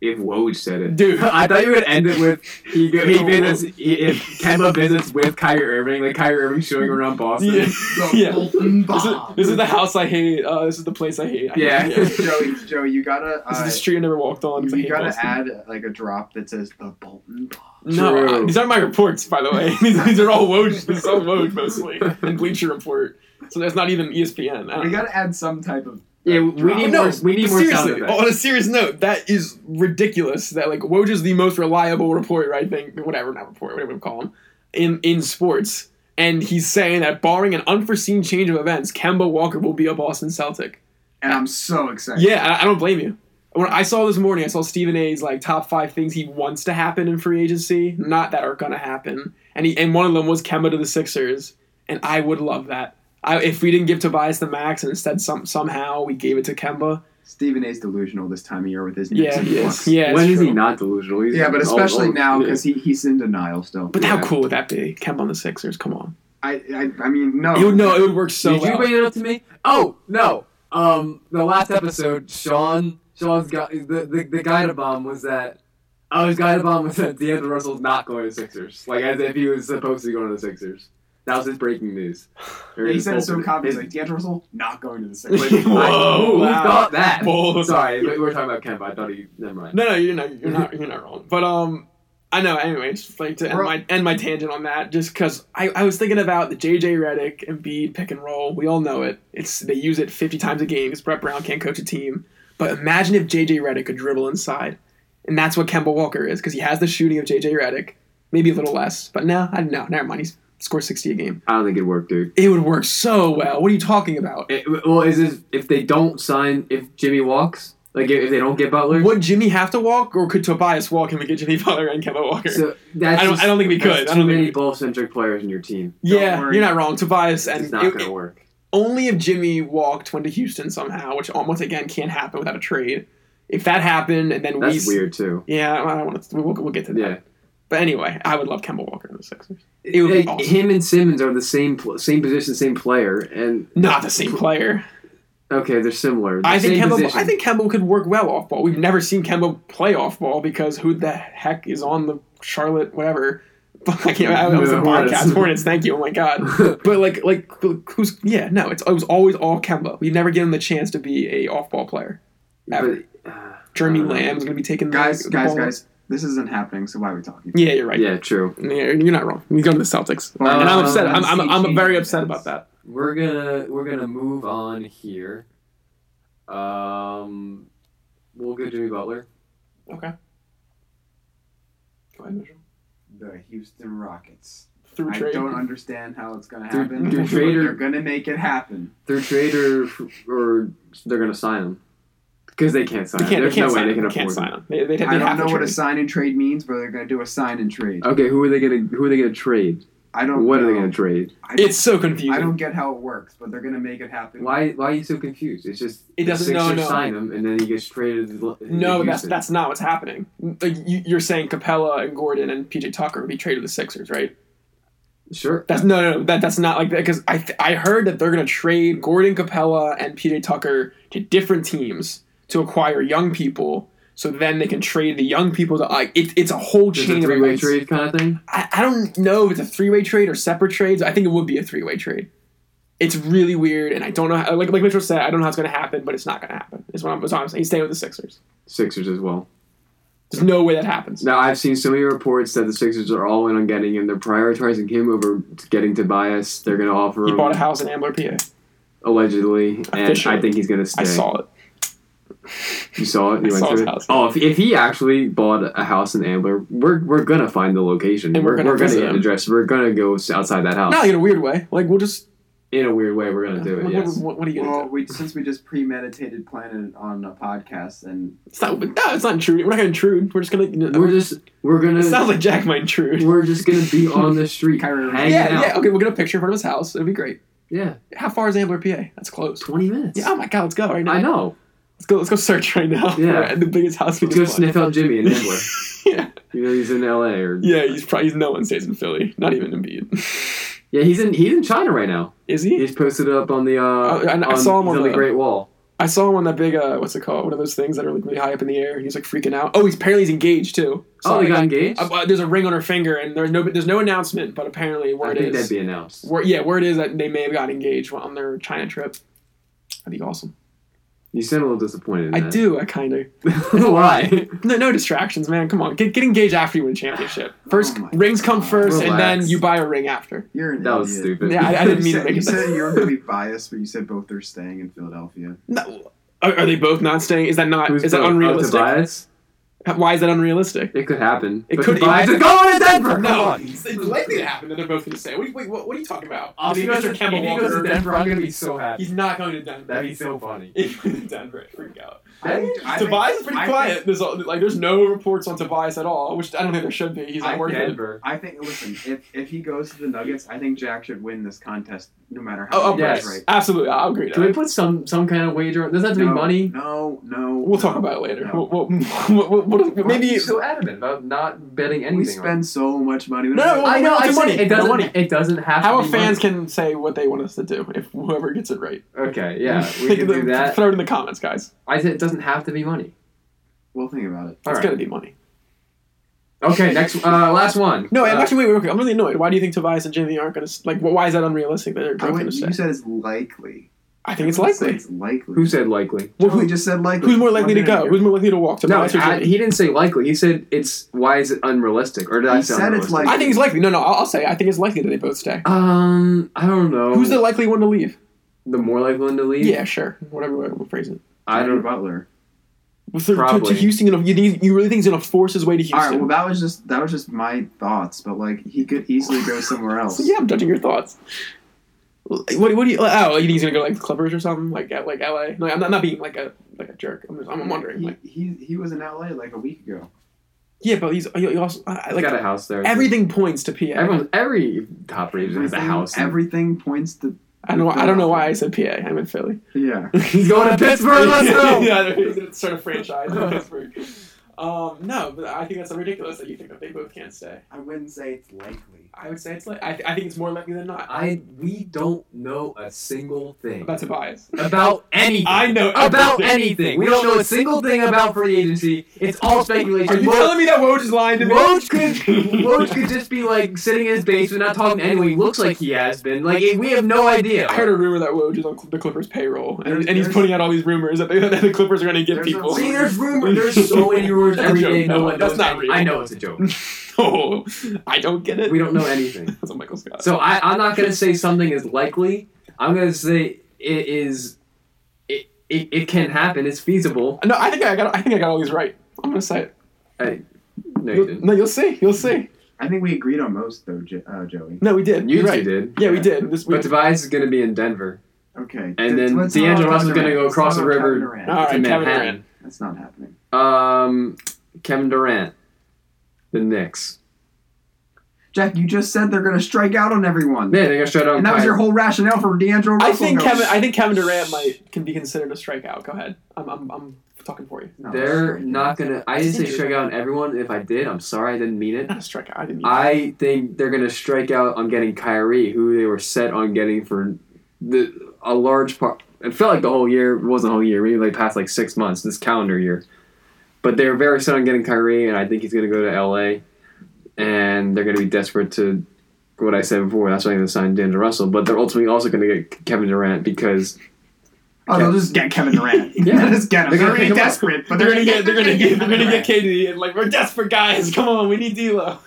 If Woj said it. Dude, I thought you would end it with he, go- he visits he, if Kemba visits with Kyrie Irving, like Kyrie Irving showing around Boston. yeah. The yeah. Bolton This is, Bomb. this is the house I hate. Uh, this is the place I hate. I hate Yeah. it. This Joey, Joey, you gotta. This is uh, the street I never walked on. 'cause I You hate gotta Boston. add uh, like a drop that says the Bolton Bomb. no, True. uh, these aren't my reports, by the way. these, these are all Woj. This is all Woj mostly, and Bleacher Report. So that's not even E ESPN. I don't We know. gotta add some type of. uh, Yeah, we Oh, need no, more. We need but more sound seriously, effects. on a serious note, that is ridiculous. That like Woj is the most reliable reporter, I think, whatever, not report, whatever we call him, in in sports, and he's saying that barring an unforeseen change of events, Kemba Walker will be a Boston Celtic. And I'm so excited. Yeah, I, I don't blame you. When I saw this morning, I saw Stephen A's like top five things he wants to happen in free agency, not that are gonna happen, and he and one of them was Kemba to the Sixers, and I would love that. I, if we didn't give Tobias the max, and instead some somehow we gave it to Kemba. Stephen A's delusional this time of year with his Yeah, Knicks he influx. is. Yeah, it's when is he true. not delusional? He's Oh, Yeah, but all- especially all- now yeah. because he, he's in denial still. But Yeah. how cool would that be? Kemba on the Sixers. Come on. I, I, I mean, no. You know it would work so Did you well. bring it up to me? Oh no. Um, the last episode, Sean, Sean's got the the, the guy to bomb was that. Oh, his guy to bomb was that D'Angelo Russell's not going to the Sixers. Like as if he was supposed to go to the Sixers. That was his breaking news. Or He his said it so opening- confident. his- Like D'Angelo Russell not going to the Like, Sixers. Whoa, I- who wow. thought that? Bull- Sorry, we we're talking about Kemba. I thought he. Never mind. No, no, you're not. You're not. You're not wrong. But um, I know. Anyways, like to end Bro. my end my tangent on that, just because I, I was thinking about the JJ Redick and B pick and roll. We all know it. It's they use it 50 times a game because Brett Brown can't coach a team. But imagine if JJ Redick could dribble inside, and that's what Kemba Walker is because he has the shooting of JJ Redick, maybe a little less. But no, I don't know. Never mind. He scores 60 a game. I don't think it worked, dude. It would work so well. What are you talking about? It, well, is this if they don't sign if Jimmy walks? Like if, if they don't get Butler, Would Jimmy have to walk, or could Tobias walk and we get Jimmy Butler and Kemba Walker? So that's I don't- just- I don't think we that's could. I Too don't think many we- ball centric players in your team. yeah, worry. you're not wrong. Tobias It's and not it- going to work. only if Jimmy walked went to Houston somehow, which almost again can't happen without a trade. If that happened and then That's we, weird too. Yeah, I don't want to. We'll, we'll get to that. Yeah. But anyway, I would love Kemba Walker in the Sixers. It would be Like, awesome. Him and Simmons are the same pl- same position, same player, and Not the same player. okay, they're similar. The I think same Kemba. position. I think Kemba could work well off ball. We've never seen Kemba play off ball because who the heck is on the Charlotte whatever? I can't. I was The the Hornets. podcast Hornets. Thank you. Oh my god. But like, like who's? Yeah, no. It's it was always all Kemba. We've never given him the chance to be a off ball player. Ever. But, uh, Jeremy I don't know. Lamb is going to be taking the- Guys, the guys, ball. guys, this isn't happening, so why are we talking? Yeah, you're right. yeah, true. Yeah, you're not wrong. You go to the Celtics, Well, and I'm um, upset. I'm, I'm, I'm CG very upset defense. about that. We're gonna we're gonna move on here. Um, we'll go Jimmy Butler. Okay. Go ahead, Mitchell. The Houston Rockets. Through I trade. don't understand how it's going to Through- happen. through but trade or- They're going to make it happen. They're trade or or they're gonna sign him because they can't sign They him. can't, they There's can't no sign way they him. can They afford can't him. sign him. They, they, they I don't have know to what a trade him. sign and trade means, but they're going to do a sign and trade. Okay, who are they gonna who are they gonna trade? I don't. What know. are they gonna trade? I don't- It's so confusing. I don't get how it works, but they're going to make it happen. Why why are you so confused? It's just It the doesn't- no, Sixers no. sign him and then he gets traded. to Lo- no, to that's Houston. that's not what's happening. Like, you, you're saying Capella and Gordon and PJ Tucker would be traded to the Sixers, right? sure. That's no, no, no that that's not like that because I th- I heard that they're gonna trade Gordon Capella and PJ Tucker to different teams to acquire young people. So then they can trade the young people to like it, it's a whole Just chain a of three way events. trade kind of thing. I, I don't know if it's a three way trade or separate trades. I think it would be a three way trade. It's really weird, and I don't know. How, like like Mitchell said, I don't know how it's going to happen, but it's not going to happen. Is what I'm, is what I'm saying. He's staying with the Sixers. Sixers as well. There's no way that happens. Now I've seen so many reports that the Sixers are all in on getting him. They're prioritizing him over getting Tobias. They're going to offer He him bought a house in Ambler, PA. I allegedly, and Officially. I think he's going to stay. saw it. You saw it. You I went saw to his it. house. Oh, if, if he actually bought a house in Ambler, we're we're gonna find the location. And we're gonna we're gonna visit get him. an address. We're gonna go s- outside that house. Not in a weird way. Like we'll just. in a weird way, we're gonna do what, it. Yes. what, what are you gonna Well, do? we since we just premeditated planning it on a podcast, and It's not. No, it's not intruding. We're not gonna intrude. We're just gonna. We're just we're it gonna sounds like Jack might intrude. we're just gonna be on the street Kyrie Irving. hanging Yeah, out. yeah. Okay, we'll get a picture in front of his house. It'll be great. Yeah, How far is Ambler, PA? That's close. twenty minutes. Yeah. Oh my God. Let's go right now. I know. Let's go. Let's go search right now. Yeah. for the biggest house we Let's go can find. sniff out Jimmy in Ambler. Yeah. You know he's in L.A. or Yeah, he's probably he's no one stays in Philly. Not even Embiid. yeah he's in he's in China right now. Is he? He's posted up on the uh I- Oh, I on, saw him he's on on the the- Great Wall. I saw him on that big uh, what's it called? One of those things that are like really high up in the air. and He's like freaking out. Oh, he's apparently he's engaged too. Oh, they like, got engaged. uh, uh, there's a ring on her finger, and there's no there's no announcement, but apparently I word think is that'd be announced. word, yeah word is that they may have got engaged while on their China trip. That'd be awesome. You sound a little disappointed. In I that. do. I kind of. Why? No, no distractions, man. Come on, get get engaged after you win a championship. First Oh my rings come God. first, and then Relax. you buy a ring after. you're an That was idiot. stupid. Yeah, I- I didn't You mean to said- make you it- said you were going to be biased, but you said both are staying in Philadelphia. No, are, are they both not staying? Is that not Who's is that both? Oh, unrealistic? Tobias? Why is that unrealistic? It could happen. It but could- Tobias it- is going to Denver. Come No, on. it's it's likely to happen that they're both going to say. What, wait, what, what are you talking about? If he Mr. goes to- if Kemba he goes to Walker- Denver, I'm gonna be so happy. He's not going to Denver. That'd be so funny. If he's in Denver, freak out. I think- I think- Tobias is pretty I quiet. think- there's all, like there's no reports on Tobias at all, which I don't think there should be. He's I not worth it. Denver. I think. Listen, if if he goes to the Nuggets, I think Jack should win this contest, no matter how. Oh, oh many Yes. yes. times, right? absolutely. I'll agree. To Can we that. put some some kind of wager? on- Does that have to be No, money? No, no. We'll talk no, about it later. no. We'll- we'll- we'll- we'll- we'll- Why are maybe you so adamant about not betting anything? We on it? spend so much money. No, no, I know. It's I money. money. It doesn't. Money. It doesn't have how to our be fans can say what they want us to do if whoever gets it right. Money. Okay. Yeah. We can do that. Throw it in the comments, guys. I said it doesn't have to be money. we'll think about it. All it's right. gonna be money. Okay. Next. Uh, last one. No, and Uh, actually, wait, wait, okay. I'm really annoyed. Why do you think Tobias and Jimmy aren't going to like? wh- Why is that unrealistic that they're I both going went, to you stay? said it's likely. I think it's Everyone said likely. It's likely. who said likely? Well, Joey who- just said likely. who's more likely to One minute go? ago. Who's more likely to walk? No, Tobias or I, Jimmy? he didn't say likely. He said it's why is it unrealistic? Or did I He say said it's unrealistic? I think it's likely. No, no, I'll, I'll say. I think it's likely that they both stay. Um, I don't know. Who's the likely one to leave? the more likely one to leave? Yeah, sure. Whatever way we'll phrase it. I Jimmy don't. Butler. With the- to, to Probably. Houston, you, know, you, think- you really think he's going to force his way to All Houston? right. Well, that was just that was just my thoughts, but like he could easily go somewhere else. So, yeah, I'm judging your thoughts. What, what do you? Oh, you think he's going to go like the Clippers or something? Like at like LA? No, I'm not, not being like a like a jerk. I'm, just, I'm wondering. He, Like, he he was in LA like a week ago. yeah, but he's he also I- I He's like got a house there. everything points to PA. Everyone, every top region has a house. Everything points to I don't. I don't know why I said PA. I meant Philly. Yeah. He's going to Pittsburgh. Let's go. yeah, it's sort of franchise in Pittsburgh. Um, no, but I think that's ridiculous that you think that they both can't stay. I wouldn't say it's likely. I would say it's like I, th- I think it's more likely than not I we don't know a single thing about Tobias. about anything. I know about everything. anything. We don't know a single thing about free agency. It's all speculation. Are you Woj- telling me that Woj is lying to me? Woj could Woj could just be like sitting in his basement, not talking to anyone. He looks like he has been. Like we have no idea. I heard a rumor that Woj is on Cl- the Clippers payroll, and, There's- and he's there's- putting out all these rumors that, they, that the Clippers are going to get There's a- people. See, there's rumors. There's so many rumors That's a every joke. day. No No, one that's knows not anything. real. I know it's a joke. oh, I don't get it. We don't know anything. That's what Michael Scott. So I, I'm not gonna say something is likely. I'm gonna say it is. It, it, it can happen. It's feasible. no, I think I got. I think I got all these right. I'm going to say it. No, you You'll, didn't. no, you'll see. You'll see. I think we agreed on most though, jo- uh, Joey. No, we did. You You're two right. did. Yeah, we did. This But week. Tobias is gonna be in Denver. Okay. And then let's not D'Angelo talk Russell's gonna Durant. go Let's across not the talk river. Durant. all right, to Kevin Manhattan. Durant. That's not happening. Um, Kevin Durant, the Knicks. Jack, you just said they're gonna strike out on everyone. Man, they're gonna shut down. And that was your whole rationale for D'Angelo Russell. I think going, Kevin. I think Kevin Durant might can be considered a strikeout. Go ahead. I'm. I'm. I'm talking for you. No, They're sorry. not gonna. I didn't say strike out on everyone. If I did, I'm sorry. I didn't mean it. Not a strikeout. I didn't. I think they're gonna strike out on getting Kyrie, who they were set on getting for the a large part. It felt like the whole year it wasn't a whole year. Maybe like past like six months this calendar year. But they're very set on getting Kyrie, and I think he's gonna go to L.A. And they're gonna be desperate to what I said before. That's why they're gonna sign D'Angelo Russell. But they're ultimately also gonna get Kevin Durant because Oh, they'll just get Kevin Durant. Yeah. they'll just get him. They're They're, gonna already pick him up. desperate, but They're gonna get. They're gonna get. They're gonna Kevin get KD. And like we're desperate guys. Come on, we need D'Lo.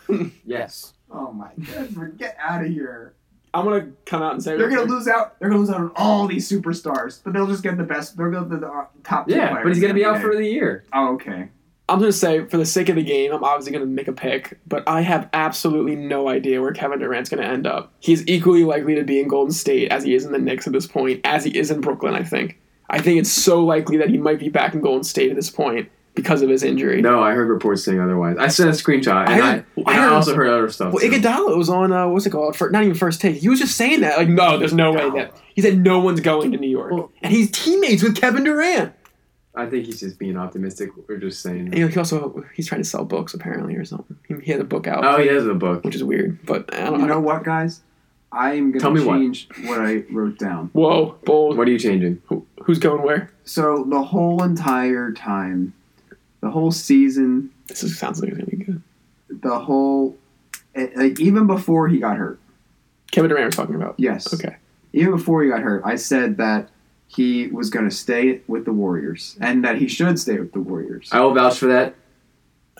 yes, Durant. Oh my god! Get out of here. I'm gonna come out and say They're gonna lose out. They're gonna lose out on all these superstars, but they'll just get the best. They're gonna be the uh, top. two yeah. players But he's gonna be out NBA. for the year. Oh, okay. I'm gonna say for the sake of the game, I'm obviously gonna make a pick, but I have absolutely no idea where Kevin Durant's gonna end up. He's equally likely to be in Golden State as he is in the Knicks at this point, as he is in Brooklyn. I think. I think it's so likely that he might be back in Golden State at this point because of his injury. No, I heard reports saying otherwise. I sent a screenshot, and I I, heard- and I I heard- also heard other stuff. Well, too. Iguodala was on uh, what's it called? For, not even first take. He was just saying that, like, no, there's no way that he said no one's going to New York, Well- and he's teammates with Kevin Durant. I think he's just being optimistic. We're just saying. And, you know, he also he's trying to sell books apparently or something. He, he has a book out, Oh, he has a book. which is weird, but I don't You know. know what, guys? I am gonna Tell me what. change what. I wrote down. Whoa, bold. What are you changing? Who, who's going where? So the whole entire time, the whole season, This is, sounds like it's gonna be good. the whole, eh, like even before he got hurt. Kevin Durant was talking about. Yes. Okay. Even before he got hurt, I said that he was gonna stay with the Warriors and that he should stay with the Warriors. I will vouch for that. This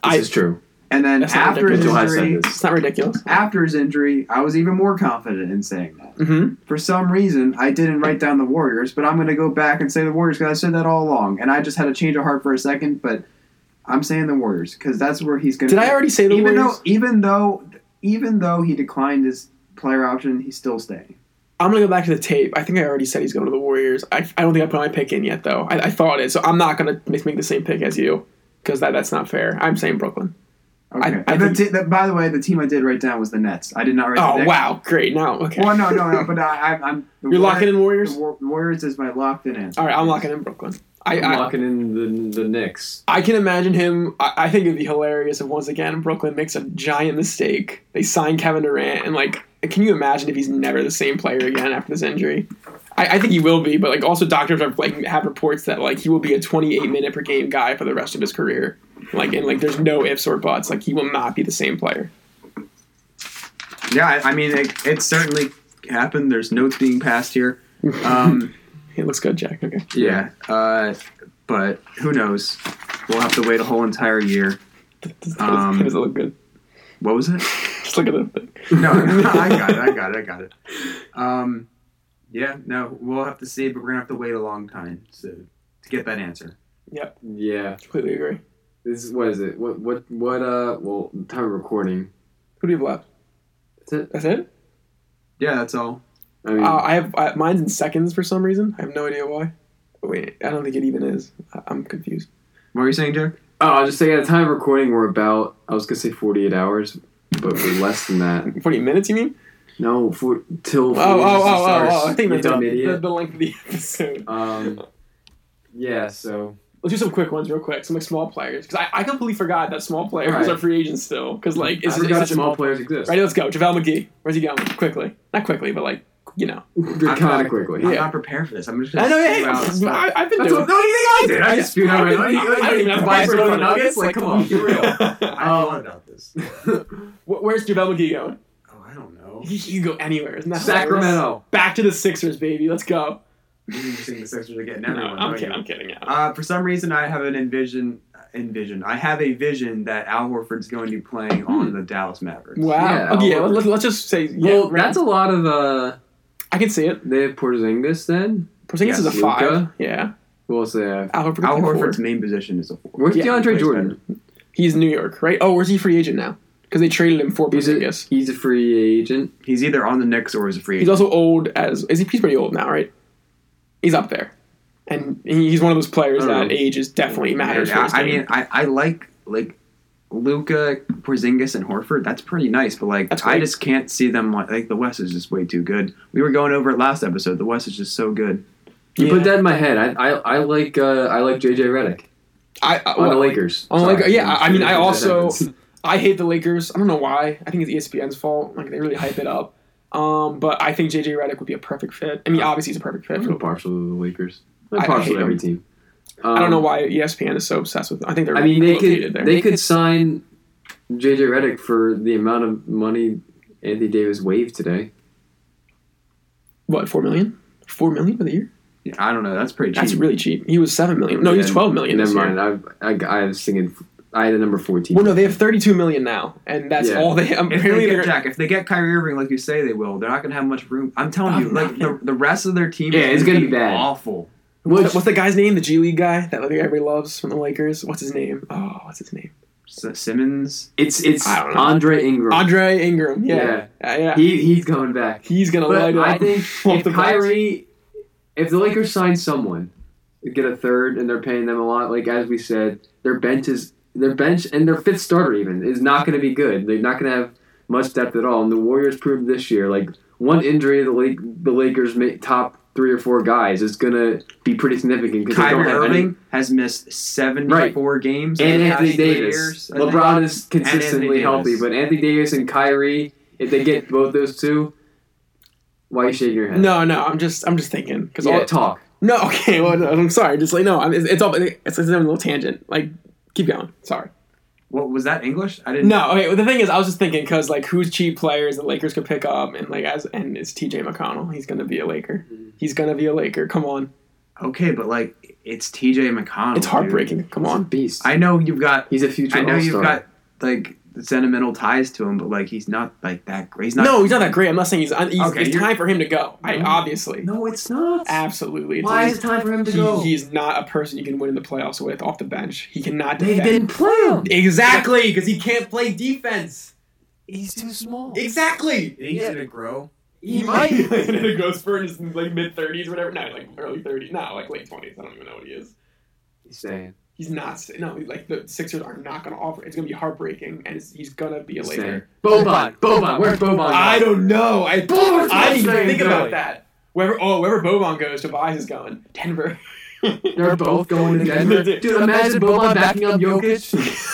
I- is true. And then That's not after his Mitchell has injury, said this. It's not ridiculous. after his injury, I was even more confident in saying that. Mm-hmm. For some reason, I didn't write down the Warriors, but I'm going to go back and say the Warriors because I said that all along, and I just had a change of heart for a second. But I'm saying the Warriors because that's where he's going. Did I already say the even Warriors? though even though even though he declined his player option, he's still staying. I'm gonna go back to the tape. I think I already said he's going to the Warriors. I, I don't think I put my pick in yet though. I, I thought it, so I'm not gonna make, make the same pick as you because that that's not fair. I'm saying Brooklyn. I- Okay. I And the think- te- the- by the way, the team I did write down was the Nets. I did not write. the Oh Knicks. wow, great. Now okay. Well, no, no, no. But I, I'm, I'm the You're Warriors- locking in Warriors. The War- Warriors is my locked in answer. All right, I'm locking in Brooklyn. I I'm I, locking in the the Knicks. I can imagine him. I, I think it'd be hilarious if once again Brooklyn makes a giant mistake. They sign Kevin Durant and like, can you imagine if he's never the same player again after this injury? I, I think he will be, but like also doctors have like have reports that like he will be a 28 minute per game guy for the rest of his career. Like and like, there's no ifs or buts. Like he will not be the same player. Yeah, I, I mean, it, it certainly happened. There's notes being passed here. Um, It looks good, Jack. Okay. Yeah, uh, but who knows? We'll have to wait a whole entire year. Does, Um, does it look good? What was it? Just look at that thing. No, I got it. I got it. I got it. Um, yeah, no, we'll have to see, but we're gonna have to wait a long time so, to get that answer. Yeah. Completely agree. This is what is it? What what what? Uh. Well, the time of recording. Who do you have left? That's it. That's it. Yeah, that's all. I mean, Uh, I have I, mine's in seconds for some reason. I have no idea why. Wait, I don't think it even is. I, I'm confused. What were you saying, Jack? oh, I'll just say at the time of recording, we're about. I was gonna say 48 hours, but we're less than that. 40 minutes, you mean? No, for till Oh, oh, Fools oh, oh, Stars, oh, I think you that's dumb the, idiot. the length of the episode. Um, yeah, so Let's do some quick ones real quick. Some like small players because I, I completely forgot that small players Alright. are free agents still because like I it's, it's forgot such a small small. players exist. Ready? Let's go. Javale McGee. Where's he going? Quickly, not quickly, but like you know. I'm kind not- of quickly. I'm Oh, Yeah. not prepared for this. I'm just. I Gonna spew out know. Yeah, stuff. I, I've been That's doing. what, no, what do you think I did? I just spewed out my I nugget. don't even have to buy Buy some Frozen Frozen nuggets. Like, come on, be I thought Um, about this. real. Wh- Where's Javale McGee going? Oh, I don't know. You can go anywhere. Isn't that hilarious? Sacramento. Back to the Sixers, baby. Let's go. You're using the Sixers to get in No, everyone. I'm don't kidding. you? I'm kidding. Yeah. Uh, for some reason, I have an envision. Envision. I have a vision that Al Horford's going to be playing Hmm. on the Dallas Mavericks. Wow. Yeah, okay, yeah I'll- let, us just say. Yeah, Well, right. that's a lot of. uh I can see it. They have Porzingis then. Porzingis is a Yes, five. Luka. Yeah. Who else they have? Al Horford. Al can play Horford's forward. main position is a four. Where's Yeah, DeAndre plays Jordan? He's New York, right? Oh, where's he free agent now? Because they traded him for He's a, Porzingis. he's a free agent. He's either on the Knicks or is a free He's agent. also old as is he? He's pretty old now, right? He's up there, and he- he's one of those players I don't that know. age is definitely matters. Yeah, for his I, I game. mean, I, I like like Luca, Porzingis, and Horford. That's pretty nice, but That's like I great. just can't see them like, like the West is just way too good. We were going over it last episode. The West is just so good. You Yeah. put that in my head. I I, I like uh, I like JJ Redick I, I, on well, the Lakers. On the Sorry. Lakers, yeah. I I mean, I That also happens. I hate the Lakers. I don't know why. I think it's E ESPN's fault. Like they really hype it up. Um, but I think JJ Redick would be a perfect fit. I mean, obviously he's a perfect fit. I'm For a the, partial to the Lakers. I- I'm I partial hate to every them. team. I don't Um, know why E ESPN is so obsessed with. I think they're. I mean, they located could there. they could sign JJ Redick for the amount of money Anthony Davis waived today. what four million? Four million for the year? Yeah, I don't know. That's pretty cheap. That's really cheap. He was seven million. No, he was Yeah, twelve million. Never this year. mind. I, I I was thinking I had a number fourteen. Well, no, they have 32 million now, and that's Yeah. all they. if they Apparently, get they're, Jack, if they get Kyrie Irving like you say they will, they're not going to have much room. I'm telling you, Oh, like the, the rest of their team, Yeah, is it's gonna gonna be bad. awful. Which- what's, the, what's the guy's name? The G League guy that everybody loves from the Lakers. What's his name? Oh, what's his name? S- Simmons, it's it's I don't know. Andre Ingram. Andre Ingram. Yeah, yeah. yeah. he he's coming back. He's gonna But light it up. I think off if the glass. Kyrie, if the Lakers sign someone, get a third, and they're paying them a lot. Like as we said, their bench is their bench and their fifth starter even is not going to be good. They're not going to have much depth at all. And the Warriors proved this year, like one injury, the Lake, the Lakers ma- top three or four guys is going to be pretty significant because they don't Kyrie have any. Irving has missed 74 games in And the Anthony past three Davis. years. I think. LeBron is Anthony consistently healthy, Davis. but Anthony Davis and Kyrie, if they get both those two, why are you shaking your head? No, no. I'm just, I'm just thinking because Yeah, all talk. No, okay. Well, no, I'm sorry. Just like no, I'm, it's, it's all. It's, it's a little tangent. Like, keep going. Sorry. What was that English? I didn't. No, okay. Well, the thing is, I was just thinking because like who's cheap players the Lakers could pick up, and like as and it's T.J. McConnell. He's gonna be a Laker. He's gonna be a Laker. Come on, Okay, but like it's TJ McConnell. it's heartbreaking. Come He's a on. beast. dude. I know you've got. He's a future I know all-star. you've got like sentimental ties to him, but like he's not like that great. He's not. No, he's not that great. I'm not saying he's. Un- he's Okay, it's you're- time for him to go. I obviously, no, it's not. absolutely. It's- Why is it time for him to Ah, he, go? he's not a person you can win in the playoffs with off the bench. He cannot. they defend. didn't play him. Exactly, because he can't play defense. He's too small. Exactly. He's gonna grow. He might. a growth spurt in his like mid thirties, whatever. No, like early thirties. No, like late twenties. I don't even know what he is. He's saying. He's not. st- No, like the Sixers are not going to offer. It's going to be heartbreaking, and it's, he's going to be a He's later. saying. Boban. Boban. Where's Boban? I don't know. I Boban's I didn't not even staying think about going. that. Wherever oh wherever Boban goes, Tobias is going. Denver. They're both going to Denver. Dude, Dude, imagine Boban backing up Jokic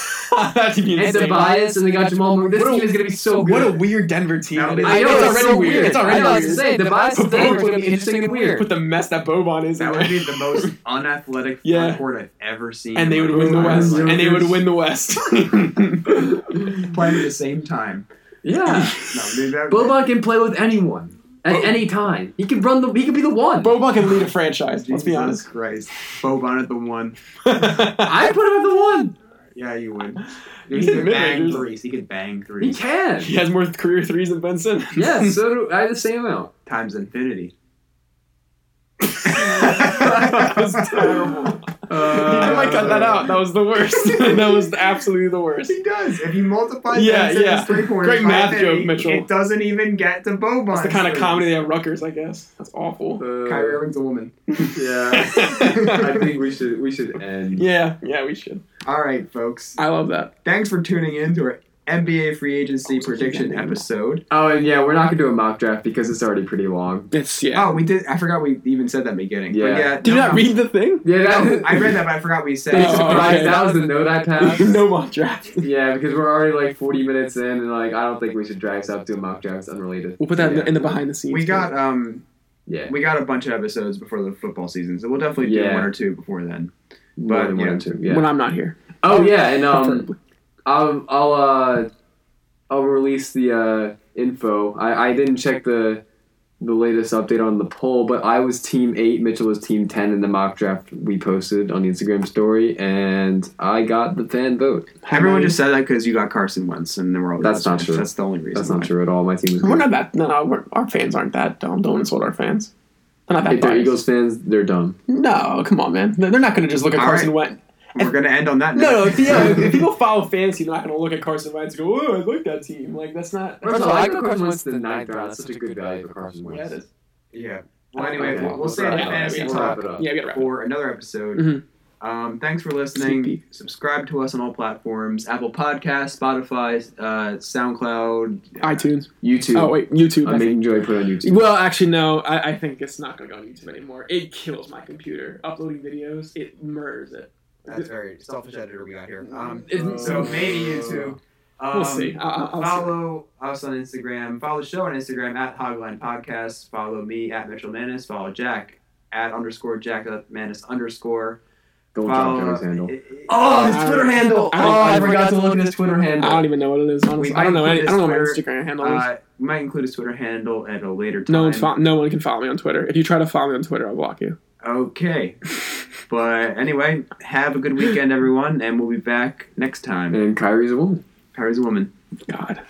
That'd be and insane. Tobias, and they got Jamal Murray. This What a- team is going to be so What a good. weird Denver team. Now that is. I know, it's it's already so weird. It's already I know, I was weird. to say, Tobias But and Denver is Boban's going to be interesting and weird. Put the mess that Boban is. in That there. would be the most unathletic Yeah. front court I've ever seen. And they would win the Oh, West. yeah. And they would win the West. playing at the same time. Yeah. No, dude, that, Boban can play with anyone Oh. at any time. He can run the. He can be the one. Boban can lead a franchise. Let's be Jesus honest. Christ, Boban at the one. I put him at the one. Yeah, you would. You Dude, he said could bang mid-rangers. threes. He could bang He threes can. he has more career threes than Ben Simmons. Yeah. So do I. Have the same amount. times infinity. that was terrible. I might cut that out. That was the worst. that was absolutely the worst. He does. If you multiply Ben Yeah, Simmons' yeah. three pointers Great by math 50, joke, Mitchell. It doesn't even get to Boban. That's the kind of comedy they have Rutgers, I guess. That's awful. Kyrie Irving's a woman. Uh, Yeah. I think we should we should end. yeah, yeah, we should. All right, folks. I love that. Thanks for tuning in to our NBA free agency prediction episode. Oh, and yeah, we're not gonna do a mock draft because it's already pretty long. It's yeah. Oh, we did. I forgot we even said that in the beginning. Yeah. But yeah Did Uh, you no, not no. read the thing? Yeah, No, that, I read that, but I forgot we said. Big Oh, it. surprise. okay. That was the no that pass. no mock draft. yeah, because we're already like 40 minutes in, and like I don't think we should drag stuff to a mock draft. It's unrelated. We'll put that in, the, Yeah. in the behind the scenes. We got um, Yeah, we got a bunch of episodes before the football season, so we'll definitely do Yeah. one or two before then. more than one yeah. or two. Yeah. when I'm not here. oh yeah, and um, preferably. I'll I'll uh, I'll release the uh, info. I, I didn't check the the latest update on the poll, but I was team eight, Mitchell was team ten in the mock draft we posted on the Instagram story, and I got the fan vote. How Everyone many- just said that because you got Carson once, and then we're all. That's not true. That's the only reason. That's not why. true at all. My team was We're good. not that. No, no we're, our fans aren't that dumb. Don't insult our fans. They're not that If they're biased. Eagles fans, they're dumb. No, come on, man. They're they're not going to just look at All Carson Wentz. We're gonna end on that. No, no, note. if, yeah, if people follow fantasy, they're not going to look at Carson Wentz and go, "Oh, I like that team." Like that's not. First of all, all, I I got go Carson Carson Wentz Wentz the in the ninth ninth round. round. That's Such such a good value for Carson Yeah, Wentz. it is. yeah. Well, anyway, Okay. we'll, we'll say it in Yeah, fantasy yeah, We'll talk wrap it up. yeah, we got it. for another episode. Mhm. Um, thanks for listening. Sleepy. Subscribe to us on all platforms: Apple Podcasts, Spotify, uh, SoundCloud, iTunes. YouTube. Oh wait, YouTube. I'm I think. making Joey put it on YouTube. Well, actually, no. I, I think it's not going to go on YouTube anymore. It kills my computer. Uploading videos, it murders it. That's very selfish editor we got here. Um, It- so maybe YouTube. Um, Mm-hmm. We'll see. I- I- I'll see. follow us on Instagram. Follow the show on Instagram at Hogline Podcast. Follow me at Mitchell Manis. Follow Jack at underscore Jack Manis underscore. Don't Follow, drop Joey's handle. Oh, his I- Twitter handle. I- oh, I, I forgot to look at his his Twitter Twitter I handle. don't even know what it is. Honestly, We I don't know. might Any, I put don't know my this Instagram handle. is. Uh, we might include his Twitter handle at a later time. no one's fo- no one can follow me on Twitter. If you try to follow me on Twitter, I'll block you. Okay. But anyway, have a good weekend, everyone, and we'll be back next time. And Kyrie's a woman. Kyrie's a woman. God.